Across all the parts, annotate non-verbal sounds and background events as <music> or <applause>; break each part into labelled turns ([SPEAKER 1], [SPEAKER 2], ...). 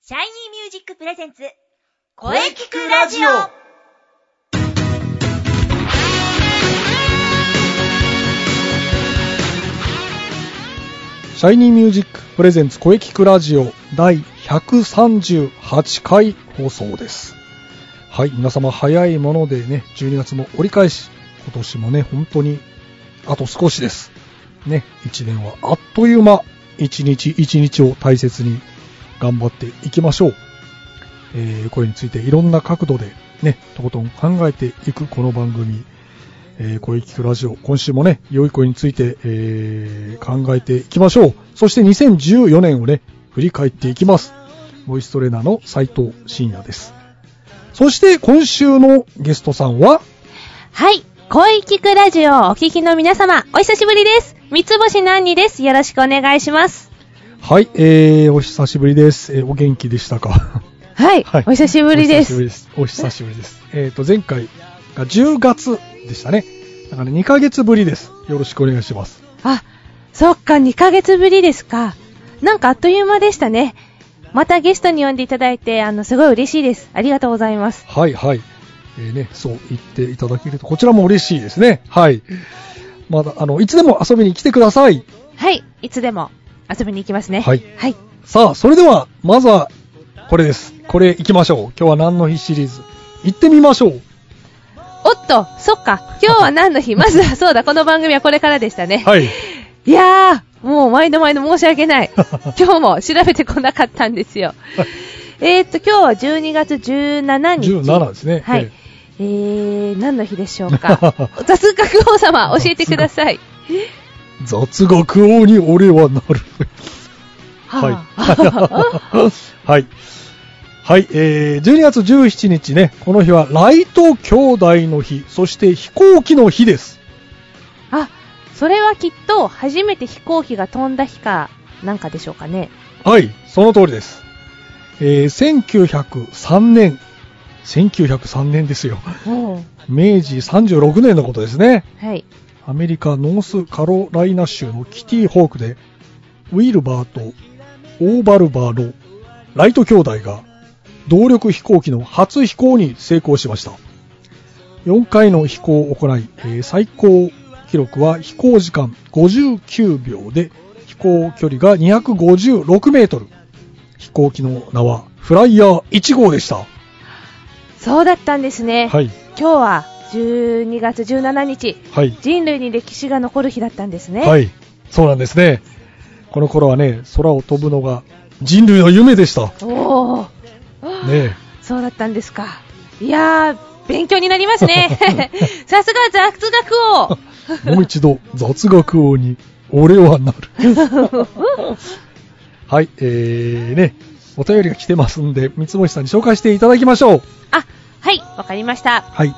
[SPEAKER 1] シャイニーミュージックプレゼンツ、
[SPEAKER 2] 声聞くラジオ
[SPEAKER 3] シャイニーミュージックプレゼンツ声聞くラジオ第138回放送です。はい、皆様早いものでね、12月も折り返し、今年もね、本当にあと少しです。ね、1年はあっという間、一日一日を大切に頑張っていきましょう。えー、これについていろんな角度でね、とことん考えていくこの番組、えー、声聞くラジオ、今週もね、良い声について、えー、考えていきましょう。そして2014年をね、振り返っていきます。ボイストレーナーの斉藤慎也です。そして今週のゲストさんは、
[SPEAKER 4] はい。声聞くラジオをお聞きの皆様、お久しぶりです。三つ星なんにです。よろしくお願いします。
[SPEAKER 3] はい、えー、お久しぶりです。えー、お元気でしたか
[SPEAKER 4] はい。
[SPEAKER 3] はい
[SPEAKER 4] お久しぶり
[SPEAKER 3] お
[SPEAKER 4] で
[SPEAKER 3] 久しぶ
[SPEAKER 4] す。
[SPEAKER 3] りです。お久しぶりです。えっと、前回が10月でしたね。だから2ヶ月ぶりです。よろしくお願いします。
[SPEAKER 4] あ、そっか、2ヶ月ぶりですか。なんかあっという間でしたね。またゲストに呼んでいただいて、あの、すごい嬉しいです。ありがとうございます。
[SPEAKER 3] はいはい。えーね、そう言っていただけると、こちらも嬉しいですね。はい。まだ、あの、いつでも遊びに来てください。
[SPEAKER 4] はい。いつでも遊びに行きますね。
[SPEAKER 3] はい
[SPEAKER 4] はい。
[SPEAKER 3] さあ、それでは、まずは、これです。これ行きましょう。今日は何の日シリーズ。行ってみましょう。
[SPEAKER 4] おっと、そっか。今日は何
[SPEAKER 3] <laughs>
[SPEAKER 4] の日まずは、そうだ、この番組はこれからでしたね。 <laughs>
[SPEAKER 3] はい。
[SPEAKER 4] いやー、もう毎度毎度申し訳ない。
[SPEAKER 3] <laughs>
[SPEAKER 4] 今日も調べてこなかったんですよ。えーっと、今日は12月17日。
[SPEAKER 3] 17ですね。
[SPEAKER 4] はい。
[SPEAKER 3] え
[SPEAKER 4] えー、何の日でしょう
[SPEAKER 3] <laughs>
[SPEAKER 4] か。雑学王様、教えてください。
[SPEAKER 3] え雑学王に俺はなる。はい
[SPEAKER 4] はあ
[SPEAKER 3] はい。 <laughs> はい、えー、12月17日ね、この日はライト兄弟の日、そして飛行機の日です。
[SPEAKER 4] あ、それはきっと、初めて飛行機が飛んだ日か、なんかでしょうかね。
[SPEAKER 3] はい、その通りです。えー1903年、1903年ですよ。
[SPEAKER 4] おう
[SPEAKER 3] 明治36年のことですね。
[SPEAKER 4] はい。
[SPEAKER 3] アメリカノースカロライナ州のキティホークで、ウィルバーとオーバルバーのライト兄弟が動力飛行機の初飛行に成功しました。4回の飛行を行い、えー最高記録は飛行時間59秒で飛行距離が256メートル。飛行機の名はフライヤー1号でした。
[SPEAKER 4] そうだったんですね。
[SPEAKER 3] はい、
[SPEAKER 4] 今日は、12月17日、
[SPEAKER 3] はい。
[SPEAKER 4] 人類に歴史が残る日だったんですね。
[SPEAKER 3] はい、そうなんですね。この頃はね、空を飛ぶのが人類の夢でした。
[SPEAKER 4] おお。
[SPEAKER 3] ね
[SPEAKER 4] そうだったんですか。いやー、勉強になりますね。
[SPEAKER 3] <laughs>
[SPEAKER 4] さすが雑学王。
[SPEAKER 3] え
[SPEAKER 4] <laughs>
[SPEAKER 3] もう一度雑学王に俺はなる。はい、えー、ね、お便りが来てますんで、三つ星さんに紹介していただきましょう。
[SPEAKER 4] あ、はい、わかりました。
[SPEAKER 3] はい、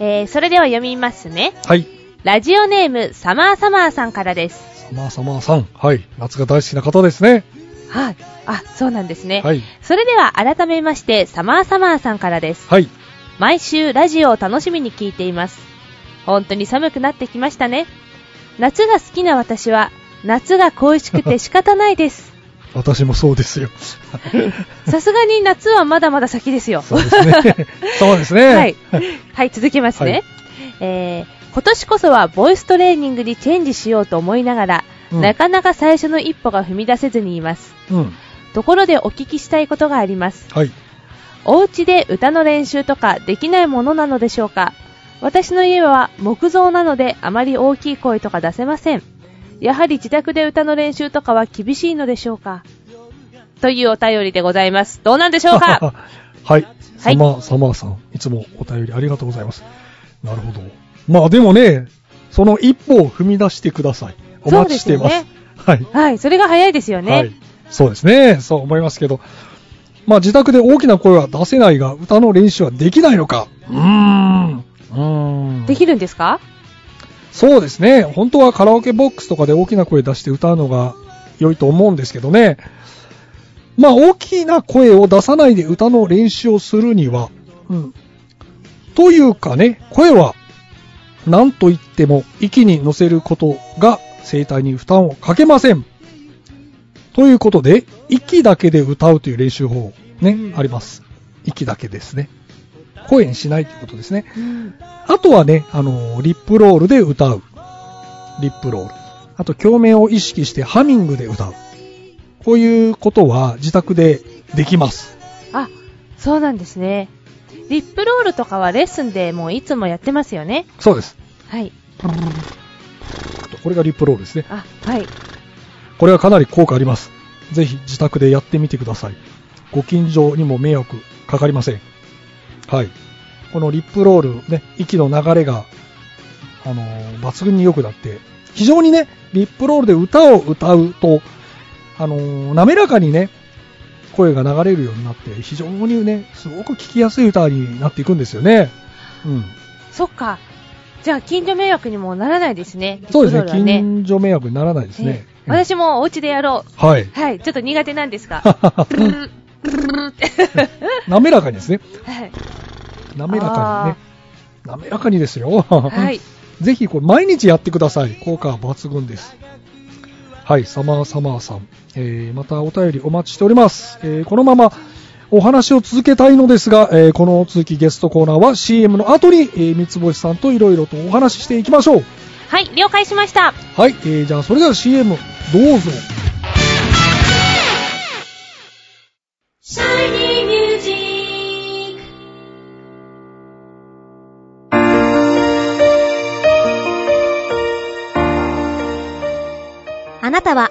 [SPEAKER 4] えー、それでは読みますね。
[SPEAKER 3] はい、
[SPEAKER 4] ラジオネーム、サマーサマーさんからです。
[SPEAKER 3] サマーサマーさん、はい、夏が大好きな方ですね。
[SPEAKER 4] はい。あ、そうなんですね。
[SPEAKER 3] はい、
[SPEAKER 4] それでは改めまして、サマーサマーさんからです。
[SPEAKER 3] はい、
[SPEAKER 4] 毎週ラジオを楽しみに聞いています。本当に寒くなってきましたね。夏が好きな私は、夏が恋しくて仕方ないです。
[SPEAKER 3] 私もそう
[SPEAKER 4] <laughs>
[SPEAKER 3] ですよ。
[SPEAKER 4] さすがに夏はまだまだ先ですよ。
[SPEAKER 3] そうです
[SPEAKER 4] <laughs>
[SPEAKER 3] ね。そうですね。
[SPEAKER 4] はい。はい、続きますね。えー、今年こそはボイストレーニングにチェンジしようと思いながら、
[SPEAKER 3] うん
[SPEAKER 4] なかなか最初の一歩が踏み出せずにいます。
[SPEAKER 3] うん、
[SPEAKER 4] ところでお聞きしたいことがあります。
[SPEAKER 3] はい。
[SPEAKER 4] お家で歌の練習とかできないものなのでしょうか私の家は木造なのであまり大きい声とか出せません。やはり自宅で歌の練習とかは厳しいのでしょうかというお便りでございます。どうなんでしょうか
[SPEAKER 3] <laughs> はい。サマー、サマーさん、いつもお便りありがとうございます。なるほど。まあでもね、その一歩を踏み出してください。お待ちしています。
[SPEAKER 4] そうで
[SPEAKER 3] はい。
[SPEAKER 4] はい、それが早いですよね。
[SPEAKER 3] はい。そうですね。そう思いますけど。まあ自宅で大きな声は出せないが、歌の練習はできないのか。うーん。うーん。
[SPEAKER 4] できるんですか
[SPEAKER 3] そうですね。本当はカラオケボックスとかで大きな声出して歌うのが良いと思うんですけどね。まあ、大きな声を出さないで歌の練習をするには、うん。というかね、声は、なんと言っても、息に乗せることが声帯に負担をかけません。ということで、息だけで歌うという練習法、ね、あります。息だけですね。声にしないということですね。
[SPEAKER 4] うん
[SPEAKER 3] あとはね、あのーリップロールで歌う。リップロール。あと、共鳴を意識してハミングで歌う。こういうことは自宅でできます。
[SPEAKER 4] あ、そうなんですね。リップロールとかはレッスンでもういつもやってますよね。
[SPEAKER 3] そうです。
[SPEAKER 4] はい。
[SPEAKER 3] これがリップロールですね。
[SPEAKER 4] あ、はい。
[SPEAKER 3] これはかなり効果あります。ぜひ自宅でやってみてください。ご近所にも迷惑かかりません。はい。このリップロール、ね、息の流れが、あのー抜群に良くなって、非常にね、リップロールで歌を歌うと、あのー滑らかにね、声が流れるようになって、非常にね、すごく聞きやすい歌になっていくんですよね。うん。
[SPEAKER 4] そっか。じゃあ、近所迷惑にもならないですね。
[SPEAKER 3] そうです
[SPEAKER 4] リップロール
[SPEAKER 3] ね、
[SPEAKER 4] はね。
[SPEAKER 3] 近所迷惑にならないですね。
[SPEAKER 4] ええ私もお家でやろう。
[SPEAKER 3] はい。 <laughs>
[SPEAKER 4] はい。ちょっと苦手なんですが。ブルルルルルって。
[SPEAKER 3] 滑らかにですね。
[SPEAKER 4] はい。
[SPEAKER 3] 滑らかにね。滑らかにですよ。
[SPEAKER 4] はい。
[SPEAKER 3] <laughs> ぜひこれ毎日やってください。効果は抜群です。はい、サマーサマーさん。えー、またお便りお待ちしております。えー、このままお話を続けたいのですが、えー、この続きゲストコーナーは CM の後に、えー、三つ星さんといろいろとお話ししていきましょう。
[SPEAKER 4] はい、了解しました。
[SPEAKER 3] はい、えー、じゃあそれでは CM どうぞ。
[SPEAKER 2] あなたは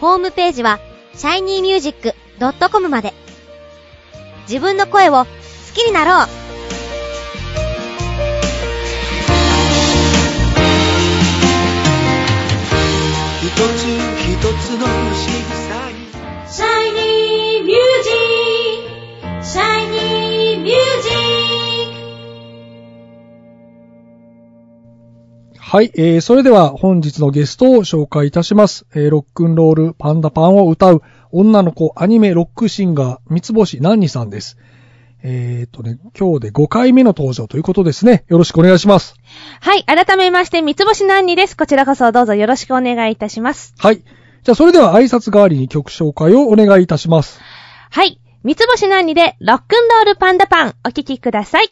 [SPEAKER 2] ホームページは shinymusic.com まで自分の声を好きになろう
[SPEAKER 5] 一つ一つの仕草に
[SPEAKER 1] Shiny Music! Shiny Music!
[SPEAKER 3] はい、えー、それでは本日のゲストを紹介いたします。えー、ロックンロールパンダパンを歌う女の子アニメロックシンガー三つ星何にさんです。えー、っとね、今日で5回目の登場ということですね。よろしくお願いします。
[SPEAKER 4] はい、改めまして、三つ星何にです。こちらこそどうぞよろしくお願いいたします。
[SPEAKER 3] はい。じゃあそれでは挨拶代わりに曲紹介をお願いいたします。
[SPEAKER 4] はい、三つ星何にで、ロックンロールパンダパン、お聴きください。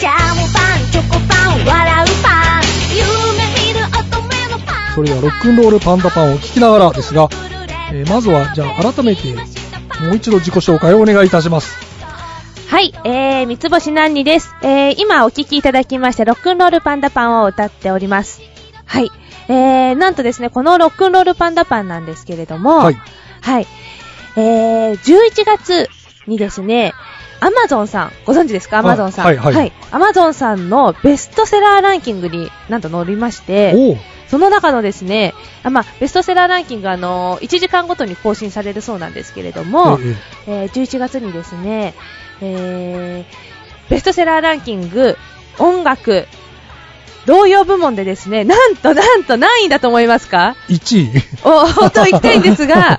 [SPEAKER 2] ジャムパン、チョコパン、笑うパン。夢見る乙女のパン。
[SPEAKER 3] それではロックンロールパンダパンを聴きながらですが、えー、まずはじゃあ改めてもう一度自己紹介をお願いいたします。
[SPEAKER 4] はい、えー、三つ星何にです。えー、今お聴きいただきました、ロックンロールパンダパンを歌っております。はい、えー、なんとですね、このロックンロールパンダパンなんですけれども、
[SPEAKER 3] はい。
[SPEAKER 4] はい。えー、11月にですね、アマゾンさん、ご存知ですかア
[SPEAKER 3] はい
[SPEAKER 4] マゾンさん。
[SPEAKER 3] はいはい
[SPEAKER 4] アマゾンさんのベストセラーランキングになんと載りまして、
[SPEAKER 3] おー
[SPEAKER 4] その中のですね、あまあ、ベストセラーランキングあの、1時間ごとに更新されるそうなんですけれども、
[SPEAKER 3] えー
[SPEAKER 4] えー11月にですね、えー、ベストセラーランキング、音楽、同様部門でですね、なんとなんと何位だと思いますか
[SPEAKER 3] えー、1位。
[SPEAKER 4] お、と言いたいんです
[SPEAKER 3] <laughs>
[SPEAKER 4] が、あ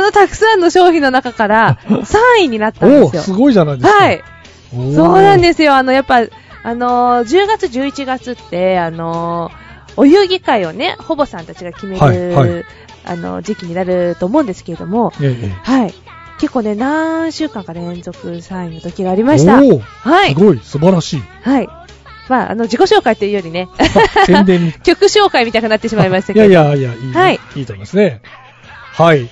[SPEAKER 4] のたくさんの商品の中から3位になったん
[SPEAKER 3] おー
[SPEAKER 4] です
[SPEAKER 3] す
[SPEAKER 4] よ。
[SPEAKER 3] ごいじゃないですか。
[SPEAKER 4] はい。
[SPEAKER 3] おー。
[SPEAKER 4] そうなんですよ。あの、やっぱ、あのー10月、11月って、あのーお遊戯会をね、ほぼさんたちが決める、
[SPEAKER 3] はいは
[SPEAKER 4] あの、時期になると思うんですけれども、
[SPEAKER 3] ええええ
[SPEAKER 4] はい。結構ね、何週間か連続3位の時がありました。
[SPEAKER 3] おー
[SPEAKER 4] は
[SPEAKER 3] す。
[SPEAKER 4] い
[SPEAKER 3] ごい、素晴らしい。
[SPEAKER 4] はい。まあ、あの、自己紹介というよりね、 <laughs>
[SPEAKER 3] 宣伝み
[SPEAKER 4] 曲紹介みたいになってしまいました
[SPEAKER 3] い
[SPEAKER 4] け
[SPEAKER 3] や
[SPEAKER 4] ど。
[SPEAKER 3] いやいや、いい、
[SPEAKER 4] はい
[SPEAKER 3] いいと思いますね。はい。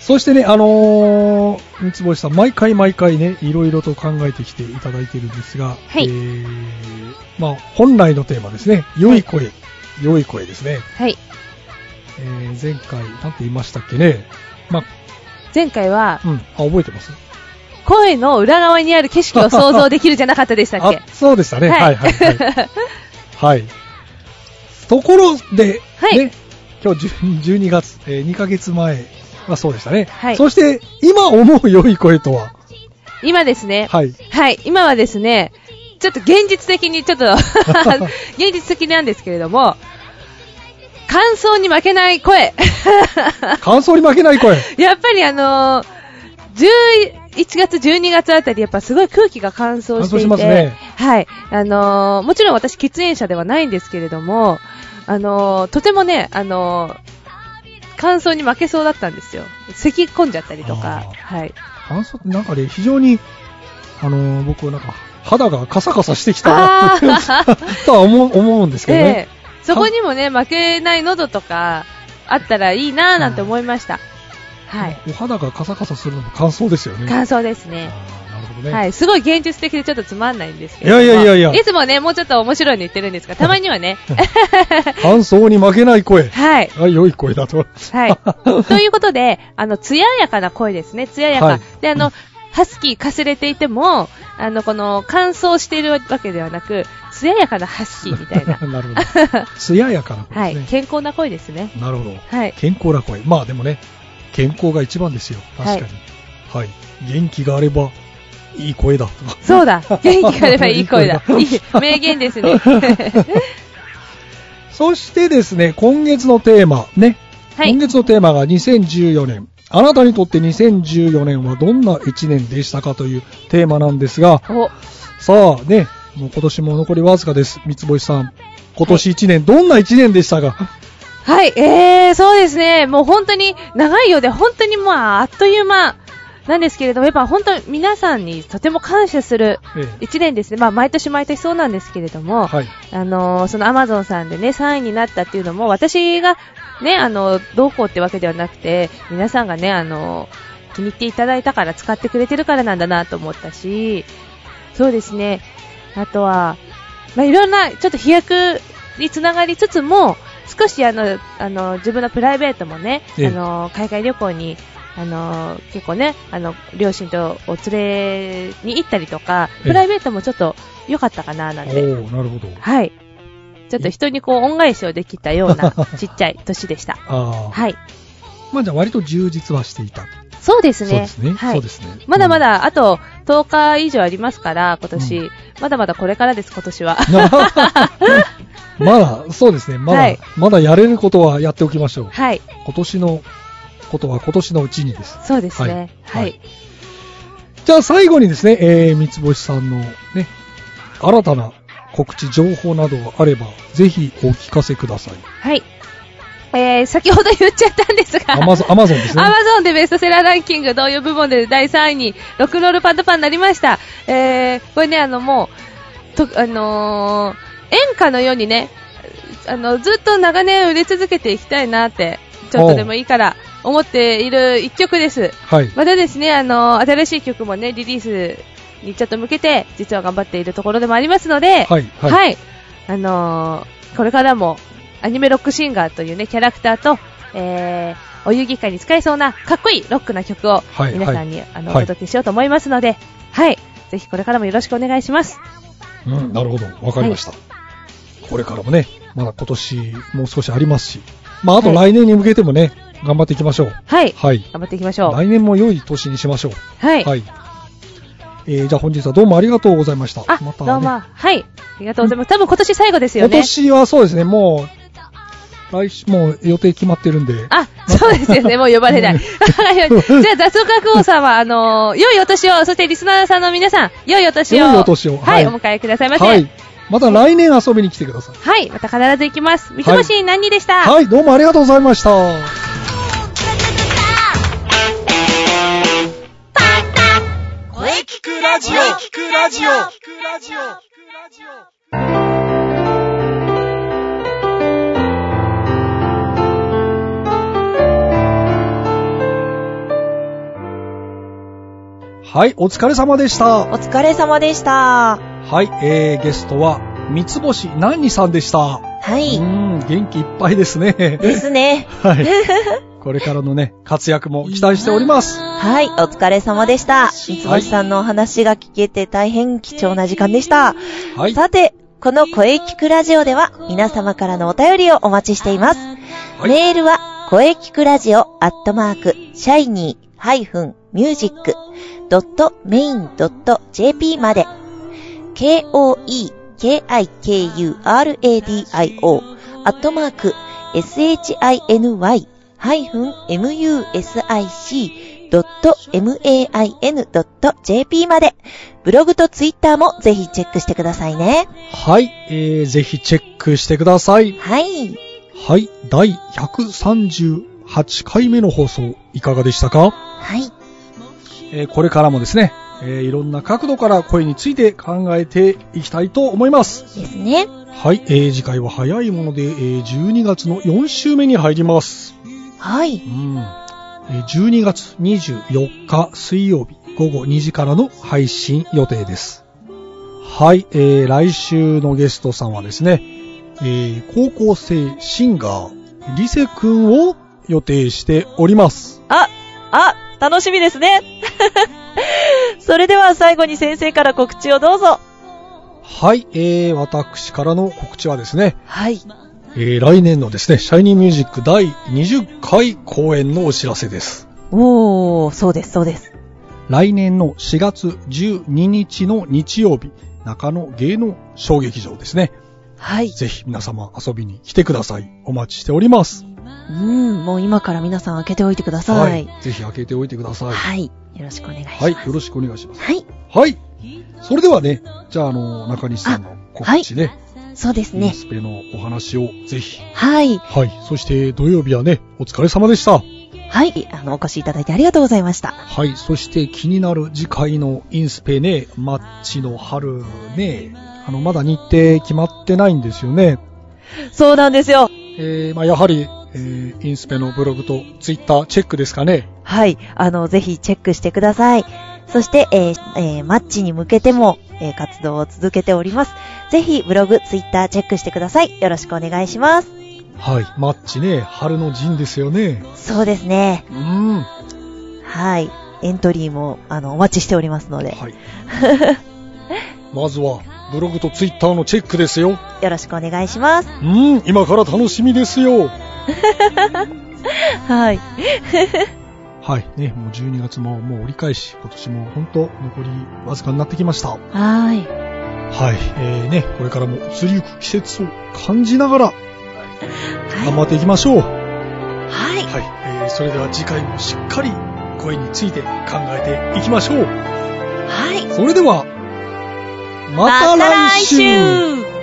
[SPEAKER 3] そしてね、あのー、三つ星さん、毎回毎回ね、いろいろと考えてきていただいているんですが、
[SPEAKER 4] はい
[SPEAKER 3] えーまあ、本来のテーマですね、良い声、良い声ですね。
[SPEAKER 4] はい。
[SPEAKER 3] えー前回、なんて言いましたっけね、まあ、
[SPEAKER 4] 前回は、
[SPEAKER 3] うん、あ、覚えてます
[SPEAKER 4] 声の裏側にある景色を想像できるじゃなかったでしたっけ
[SPEAKER 3] あ、そうでしたね。はい、はい、はい。
[SPEAKER 4] <laughs>
[SPEAKER 3] はい。ところで、
[SPEAKER 4] はい
[SPEAKER 3] ね、今日10 12月、え2ヶ月前はそうでしたね。
[SPEAKER 4] はい
[SPEAKER 3] そして、今思う良い声とは、
[SPEAKER 4] 今ですね、
[SPEAKER 3] はい。
[SPEAKER 4] はい、今はですね、ちょっと現実的に、ちょっと、 <laughs> 現実的なんですけれども、感想に負けない声。 <laughs>
[SPEAKER 3] 感想に負けない声。
[SPEAKER 4] やっぱりあのー、11月、12月あたり、やっぱすごい空気が乾燥して
[SPEAKER 3] 乾
[SPEAKER 4] いて、
[SPEAKER 3] 燥しますね
[SPEAKER 4] はい。あのー、もちろん私喫煙者ではないんですけれども、あのー、とてもね、あのー、乾燥に負けそうだったんですよ。咳き込んじゃったりとか
[SPEAKER 3] あー、
[SPEAKER 4] はい。
[SPEAKER 3] 感想ってなんかね、非常に、あのー僕はなんか、肌がカサカサしてきた
[SPEAKER 4] あ <laughs>
[SPEAKER 3] なと
[SPEAKER 4] ー
[SPEAKER 3] は思う思うんですけどね。
[SPEAKER 4] ええそこにもね、負けない喉とか、あったらいいなぁなんて思いました。はい。
[SPEAKER 3] お肌がカサカサするのも感想ですよね。
[SPEAKER 4] 感想ですね。
[SPEAKER 3] あーなるほどね。
[SPEAKER 4] はい。すごい現実的でちょっとつまんないんですけども。
[SPEAKER 3] いやいやいやいや
[SPEAKER 4] つもね、もうちょっと面白いの言ってるんですが、たまにはね。
[SPEAKER 3] 感想に負けない声。
[SPEAKER 4] はい。
[SPEAKER 3] あ、良い声だと。 <laughs>
[SPEAKER 4] はい。ということで、あの、艶やかな声ですね。艶やか。
[SPEAKER 3] はい
[SPEAKER 4] で、あの、ハスキーかすれていても、あの、この、乾燥しているわけではなく、艶やかなハ
[SPEAKER 3] <laughs>
[SPEAKER 4] スキーみたいな。
[SPEAKER 3] なるほど。艶やかな
[SPEAKER 4] は
[SPEAKER 3] 声
[SPEAKER 4] い
[SPEAKER 3] で。すね。
[SPEAKER 4] 健康な声ですね。
[SPEAKER 3] なるほど。
[SPEAKER 4] はい。
[SPEAKER 3] 健康な声。まあでもね、健康が一番ですよ。確かに。はい。元気があれば、いい声だ。。
[SPEAKER 4] そうだ。元気があればいい声だ
[SPEAKER 3] <laughs>
[SPEAKER 4] いい名言ですね。
[SPEAKER 3] そしてですね、今月のテーマ、ね。
[SPEAKER 4] はい
[SPEAKER 3] 今月のテーマが2014年。あなたにとって2014年はどんな1年でしたかというテーマなんですが、
[SPEAKER 4] お、
[SPEAKER 3] さあね、もう今年も残りわずかです。三つ星さん。今年1年、どんな1年でしたか
[SPEAKER 4] はい、えー、そうですね。もう本当に長いようで、本当にまあ、あっという間なんですけれども、やっぱ本当に皆さんにとても感謝する
[SPEAKER 3] ええ
[SPEAKER 4] 一年ですね。まあ、毎年毎年そうなんですけれども、
[SPEAKER 3] はい。
[SPEAKER 4] あのーそのアマゾンさんでね、3位になったっていうのも、私がね、あの、どうこうってわけではなくて、皆さんがね、あの気に入っていただいたから、使ってくれてるからなんだなと思ったし、そうですね。あとは、まあ、いろんな、ちょっと飛躍につながりつつも、少しあの、あの、自分のプライベートもね、あ
[SPEAKER 3] ええ
[SPEAKER 4] の、海外旅行に、あの、結構ね、あの、両親とお連れに行ったりとか、
[SPEAKER 3] ええ
[SPEAKER 4] プライベートもちょっと良かったかな、なんて
[SPEAKER 3] おおなるほど。
[SPEAKER 4] はい。ちょっと人にこう恩返しをできたよ
[SPEAKER 3] <laughs>
[SPEAKER 4] うなちっちゃい年でした。
[SPEAKER 3] ああ。
[SPEAKER 4] はい。
[SPEAKER 3] まあじゃあ割と充実はしていた。
[SPEAKER 4] そうです
[SPEAKER 3] そう
[SPEAKER 4] ね。
[SPEAKER 3] ですね。
[SPEAKER 4] は
[SPEAKER 3] そう
[SPEAKER 4] い
[SPEAKER 3] で。すね。
[SPEAKER 4] まだまだあと10日以上ありますから、今年。まだまだこれからです、今
[SPEAKER 3] <laughs>
[SPEAKER 4] 年は。
[SPEAKER 3] うん。 <laughs> まだ、そうですね。まだ、
[SPEAKER 4] はい
[SPEAKER 3] まだやれることはやっておきましょう。
[SPEAKER 4] はい。
[SPEAKER 3] 今年のことは今年のうちにです。
[SPEAKER 4] そうですね。
[SPEAKER 3] はい
[SPEAKER 4] はい。
[SPEAKER 3] はいじゃあ最後にですね、えー、三つ星さんのね、新たな告知情報などがあれば、ぜひお聞かせくださ
[SPEAKER 4] <laughs>
[SPEAKER 3] い。
[SPEAKER 4] はいえー、先ほど言っちゃったんですが。
[SPEAKER 3] アマゾン、アマゾンですね。
[SPEAKER 4] アマゾンでベストセラーランキング同様部門で第3位に、ロックンロールパンドパンになりました。えー、これね、あの、もう、と、あのー演歌のようにね、あの、ずっと長年売れ続けていきたいなって、ちょっとでもいいから思っている一曲です。
[SPEAKER 3] はい。
[SPEAKER 4] またですね、あのー新しい曲もね、リリースにちょっと向けて、実は頑張っているところでもありますので、
[SPEAKER 3] はい。
[SPEAKER 4] はい。
[SPEAKER 3] はい。
[SPEAKER 4] あのーこれからも、アニメロックシンガーというね、キャラクターと、えー、お遊戯会に使えそうな、かっこいいロックな曲を
[SPEAKER 3] は、い
[SPEAKER 4] 皆さんに、あの、お
[SPEAKER 3] はい
[SPEAKER 4] 届けしようと思いますので、はい、ぜひこれからもよろしくお願いします。
[SPEAKER 3] うん、なるほど。わかりました。これからもね、まだ今年もう少しありますし、まああと
[SPEAKER 4] は
[SPEAKER 3] 来年に向けてもね、頑張っていきましょう。
[SPEAKER 4] はい。
[SPEAKER 3] はい。
[SPEAKER 4] 頑張っていきましょう。
[SPEAKER 3] 来年も良い年にしましょう。
[SPEAKER 4] はい。
[SPEAKER 3] はい。えー、じゃあ本日はどうもありがとうございました。
[SPEAKER 4] あ、
[SPEAKER 3] また、ね、
[SPEAKER 4] どうも。はい。ありがとうございます。多分今年最後ですよ
[SPEAKER 3] 今
[SPEAKER 4] ね。
[SPEAKER 3] 年はそうですね、もう、来週、もう予定決まってるんで。
[SPEAKER 4] あ、そうです
[SPEAKER 3] <laughs>
[SPEAKER 4] よね。もう呼ばれない。はいじゃあ、雑学王さんは、あのー良いお年を、そしてリスナーさんの皆さん、良いお年を。
[SPEAKER 3] 良いお年を
[SPEAKER 4] は、
[SPEAKER 3] はいい
[SPEAKER 4] お迎えくださいませ。
[SPEAKER 3] はい。また来年遊びに来てください。
[SPEAKER 4] はい、また必ず行きます。三つ星何人でした、
[SPEAKER 3] はい、どうもありがとうございました。
[SPEAKER 5] 声聞くラジオ聞くラジオ聞くラジオ
[SPEAKER 3] はい、お疲れ様でした。
[SPEAKER 6] お疲れ様でした。
[SPEAKER 3] はい、えー、ゲストは、三つ星何にさんでした。
[SPEAKER 6] は
[SPEAKER 3] う
[SPEAKER 6] い。
[SPEAKER 3] ん、元気いっぱいです
[SPEAKER 6] <laughs>
[SPEAKER 3] ね。
[SPEAKER 6] ですね。
[SPEAKER 3] はい。これからのね、活躍も期待しております。
[SPEAKER 6] はい、お疲れ様でした。三つ星さんのお話が聞けて大変貴重な時間でした。
[SPEAKER 3] はい。
[SPEAKER 6] さて、この声聞くラジオでは皆様からのお便りをお待ちしています。
[SPEAKER 3] い
[SPEAKER 6] メールは、声聞くラジオアットマーク、シャイニーハイフンミュージックドットメインドット JP まで、K-O-E-K-I-K-U-R-A-D-I-O アットマーク、S-H-I-N-Y ハイフン M-U-S-I-C ドット M-A-I-N ドット JP まで、ブログとツイッターもぜひチェックしてくださいね。
[SPEAKER 3] はい、えー、ぜひチェックしてください。
[SPEAKER 6] はい。
[SPEAKER 3] はい、第138回目の放送、いかがでしたか
[SPEAKER 6] はい。
[SPEAKER 3] えーこれからもですね、えーいろんな角度から声について考えていきたいと思います。
[SPEAKER 6] ですね。
[SPEAKER 3] はい、えー次回は早いもので、えー12月の4週目に入ります。
[SPEAKER 6] はい。
[SPEAKER 3] うん。えー12月24日水曜日午後2時からの配信予定です。はい、えー来週のゲストさんはですね、えー高校生シンガー、リセくんを予定しております。
[SPEAKER 6] あ、あ、楽しみですね。 <laughs> それでは最後に先生から告知をどうぞ。
[SPEAKER 3] はい、えー私からの告知はですね、
[SPEAKER 6] はい。
[SPEAKER 3] えー来年のですね、シャイニーミュージック第20回公演のお知らせです。
[SPEAKER 6] おー、そうです、そうです。
[SPEAKER 3] 来年の4月12日の日曜日、中野芸能小劇場ですね。
[SPEAKER 6] はい。
[SPEAKER 3] ぜひ皆様遊びに来てください。お待ちしております。
[SPEAKER 6] うん、もう今から皆さん開けておいてください。
[SPEAKER 3] ぜひ開けておいてください。
[SPEAKER 6] はい。よろしくお願いします。
[SPEAKER 3] はい、よろしくお願いします。
[SPEAKER 6] はい。
[SPEAKER 3] はい。それではね、じゃあ、あの、中西さんの告知ね、
[SPEAKER 6] そうです
[SPEAKER 3] イン
[SPEAKER 6] ね。
[SPEAKER 3] スペのお話をぜひ。
[SPEAKER 6] はい。
[SPEAKER 3] はい、そして土曜日はね、お疲れ様でした。
[SPEAKER 6] はい。あの、お越しいただいてありがとうございました。
[SPEAKER 3] はい、そして気になる次回のインスペね、マッチの春ね、あの、まだ日程決まってないんですよね。
[SPEAKER 6] そうなんですよ。
[SPEAKER 3] えー、まあ、やはり、えー、インスペのブログとツイッターチェックですかね。
[SPEAKER 6] はい。あの、ぜひチェックしてください。そして、えーえーマッチに向けても、えー活動を続けております。ぜひ、ブログ、ツイッターチェックしてください。よろしくお願いします。
[SPEAKER 3] はい、マッチね、春の陣ですよね。
[SPEAKER 6] そうですね。
[SPEAKER 3] うん。は
[SPEAKER 6] はい。エントリーも、あの、お待ちしておりますので、
[SPEAKER 3] い。 <laughs> まずは、ブログとツイッターのチェックですよ。
[SPEAKER 6] よろしくお願いします。
[SPEAKER 3] うん、今から楽しみですよ。
[SPEAKER 6] はい。
[SPEAKER 3] はい、ね、もう12月ももう折り返し、今年も本当残りわずかになってきました。
[SPEAKER 6] はい。
[SPEAKER 3] はい、えー、ね、これからも移りゆく季節を感じながら頑張っていきましょう。はい、
[SPEAKER 6] はい。
[SPEAKER 3] えー、それでは次回もしっかり声について考えていきましょう。
[SPEAKER 6] はい。
[SPEAKER 3] それでは、また来週
[SPEAKER 6] また来週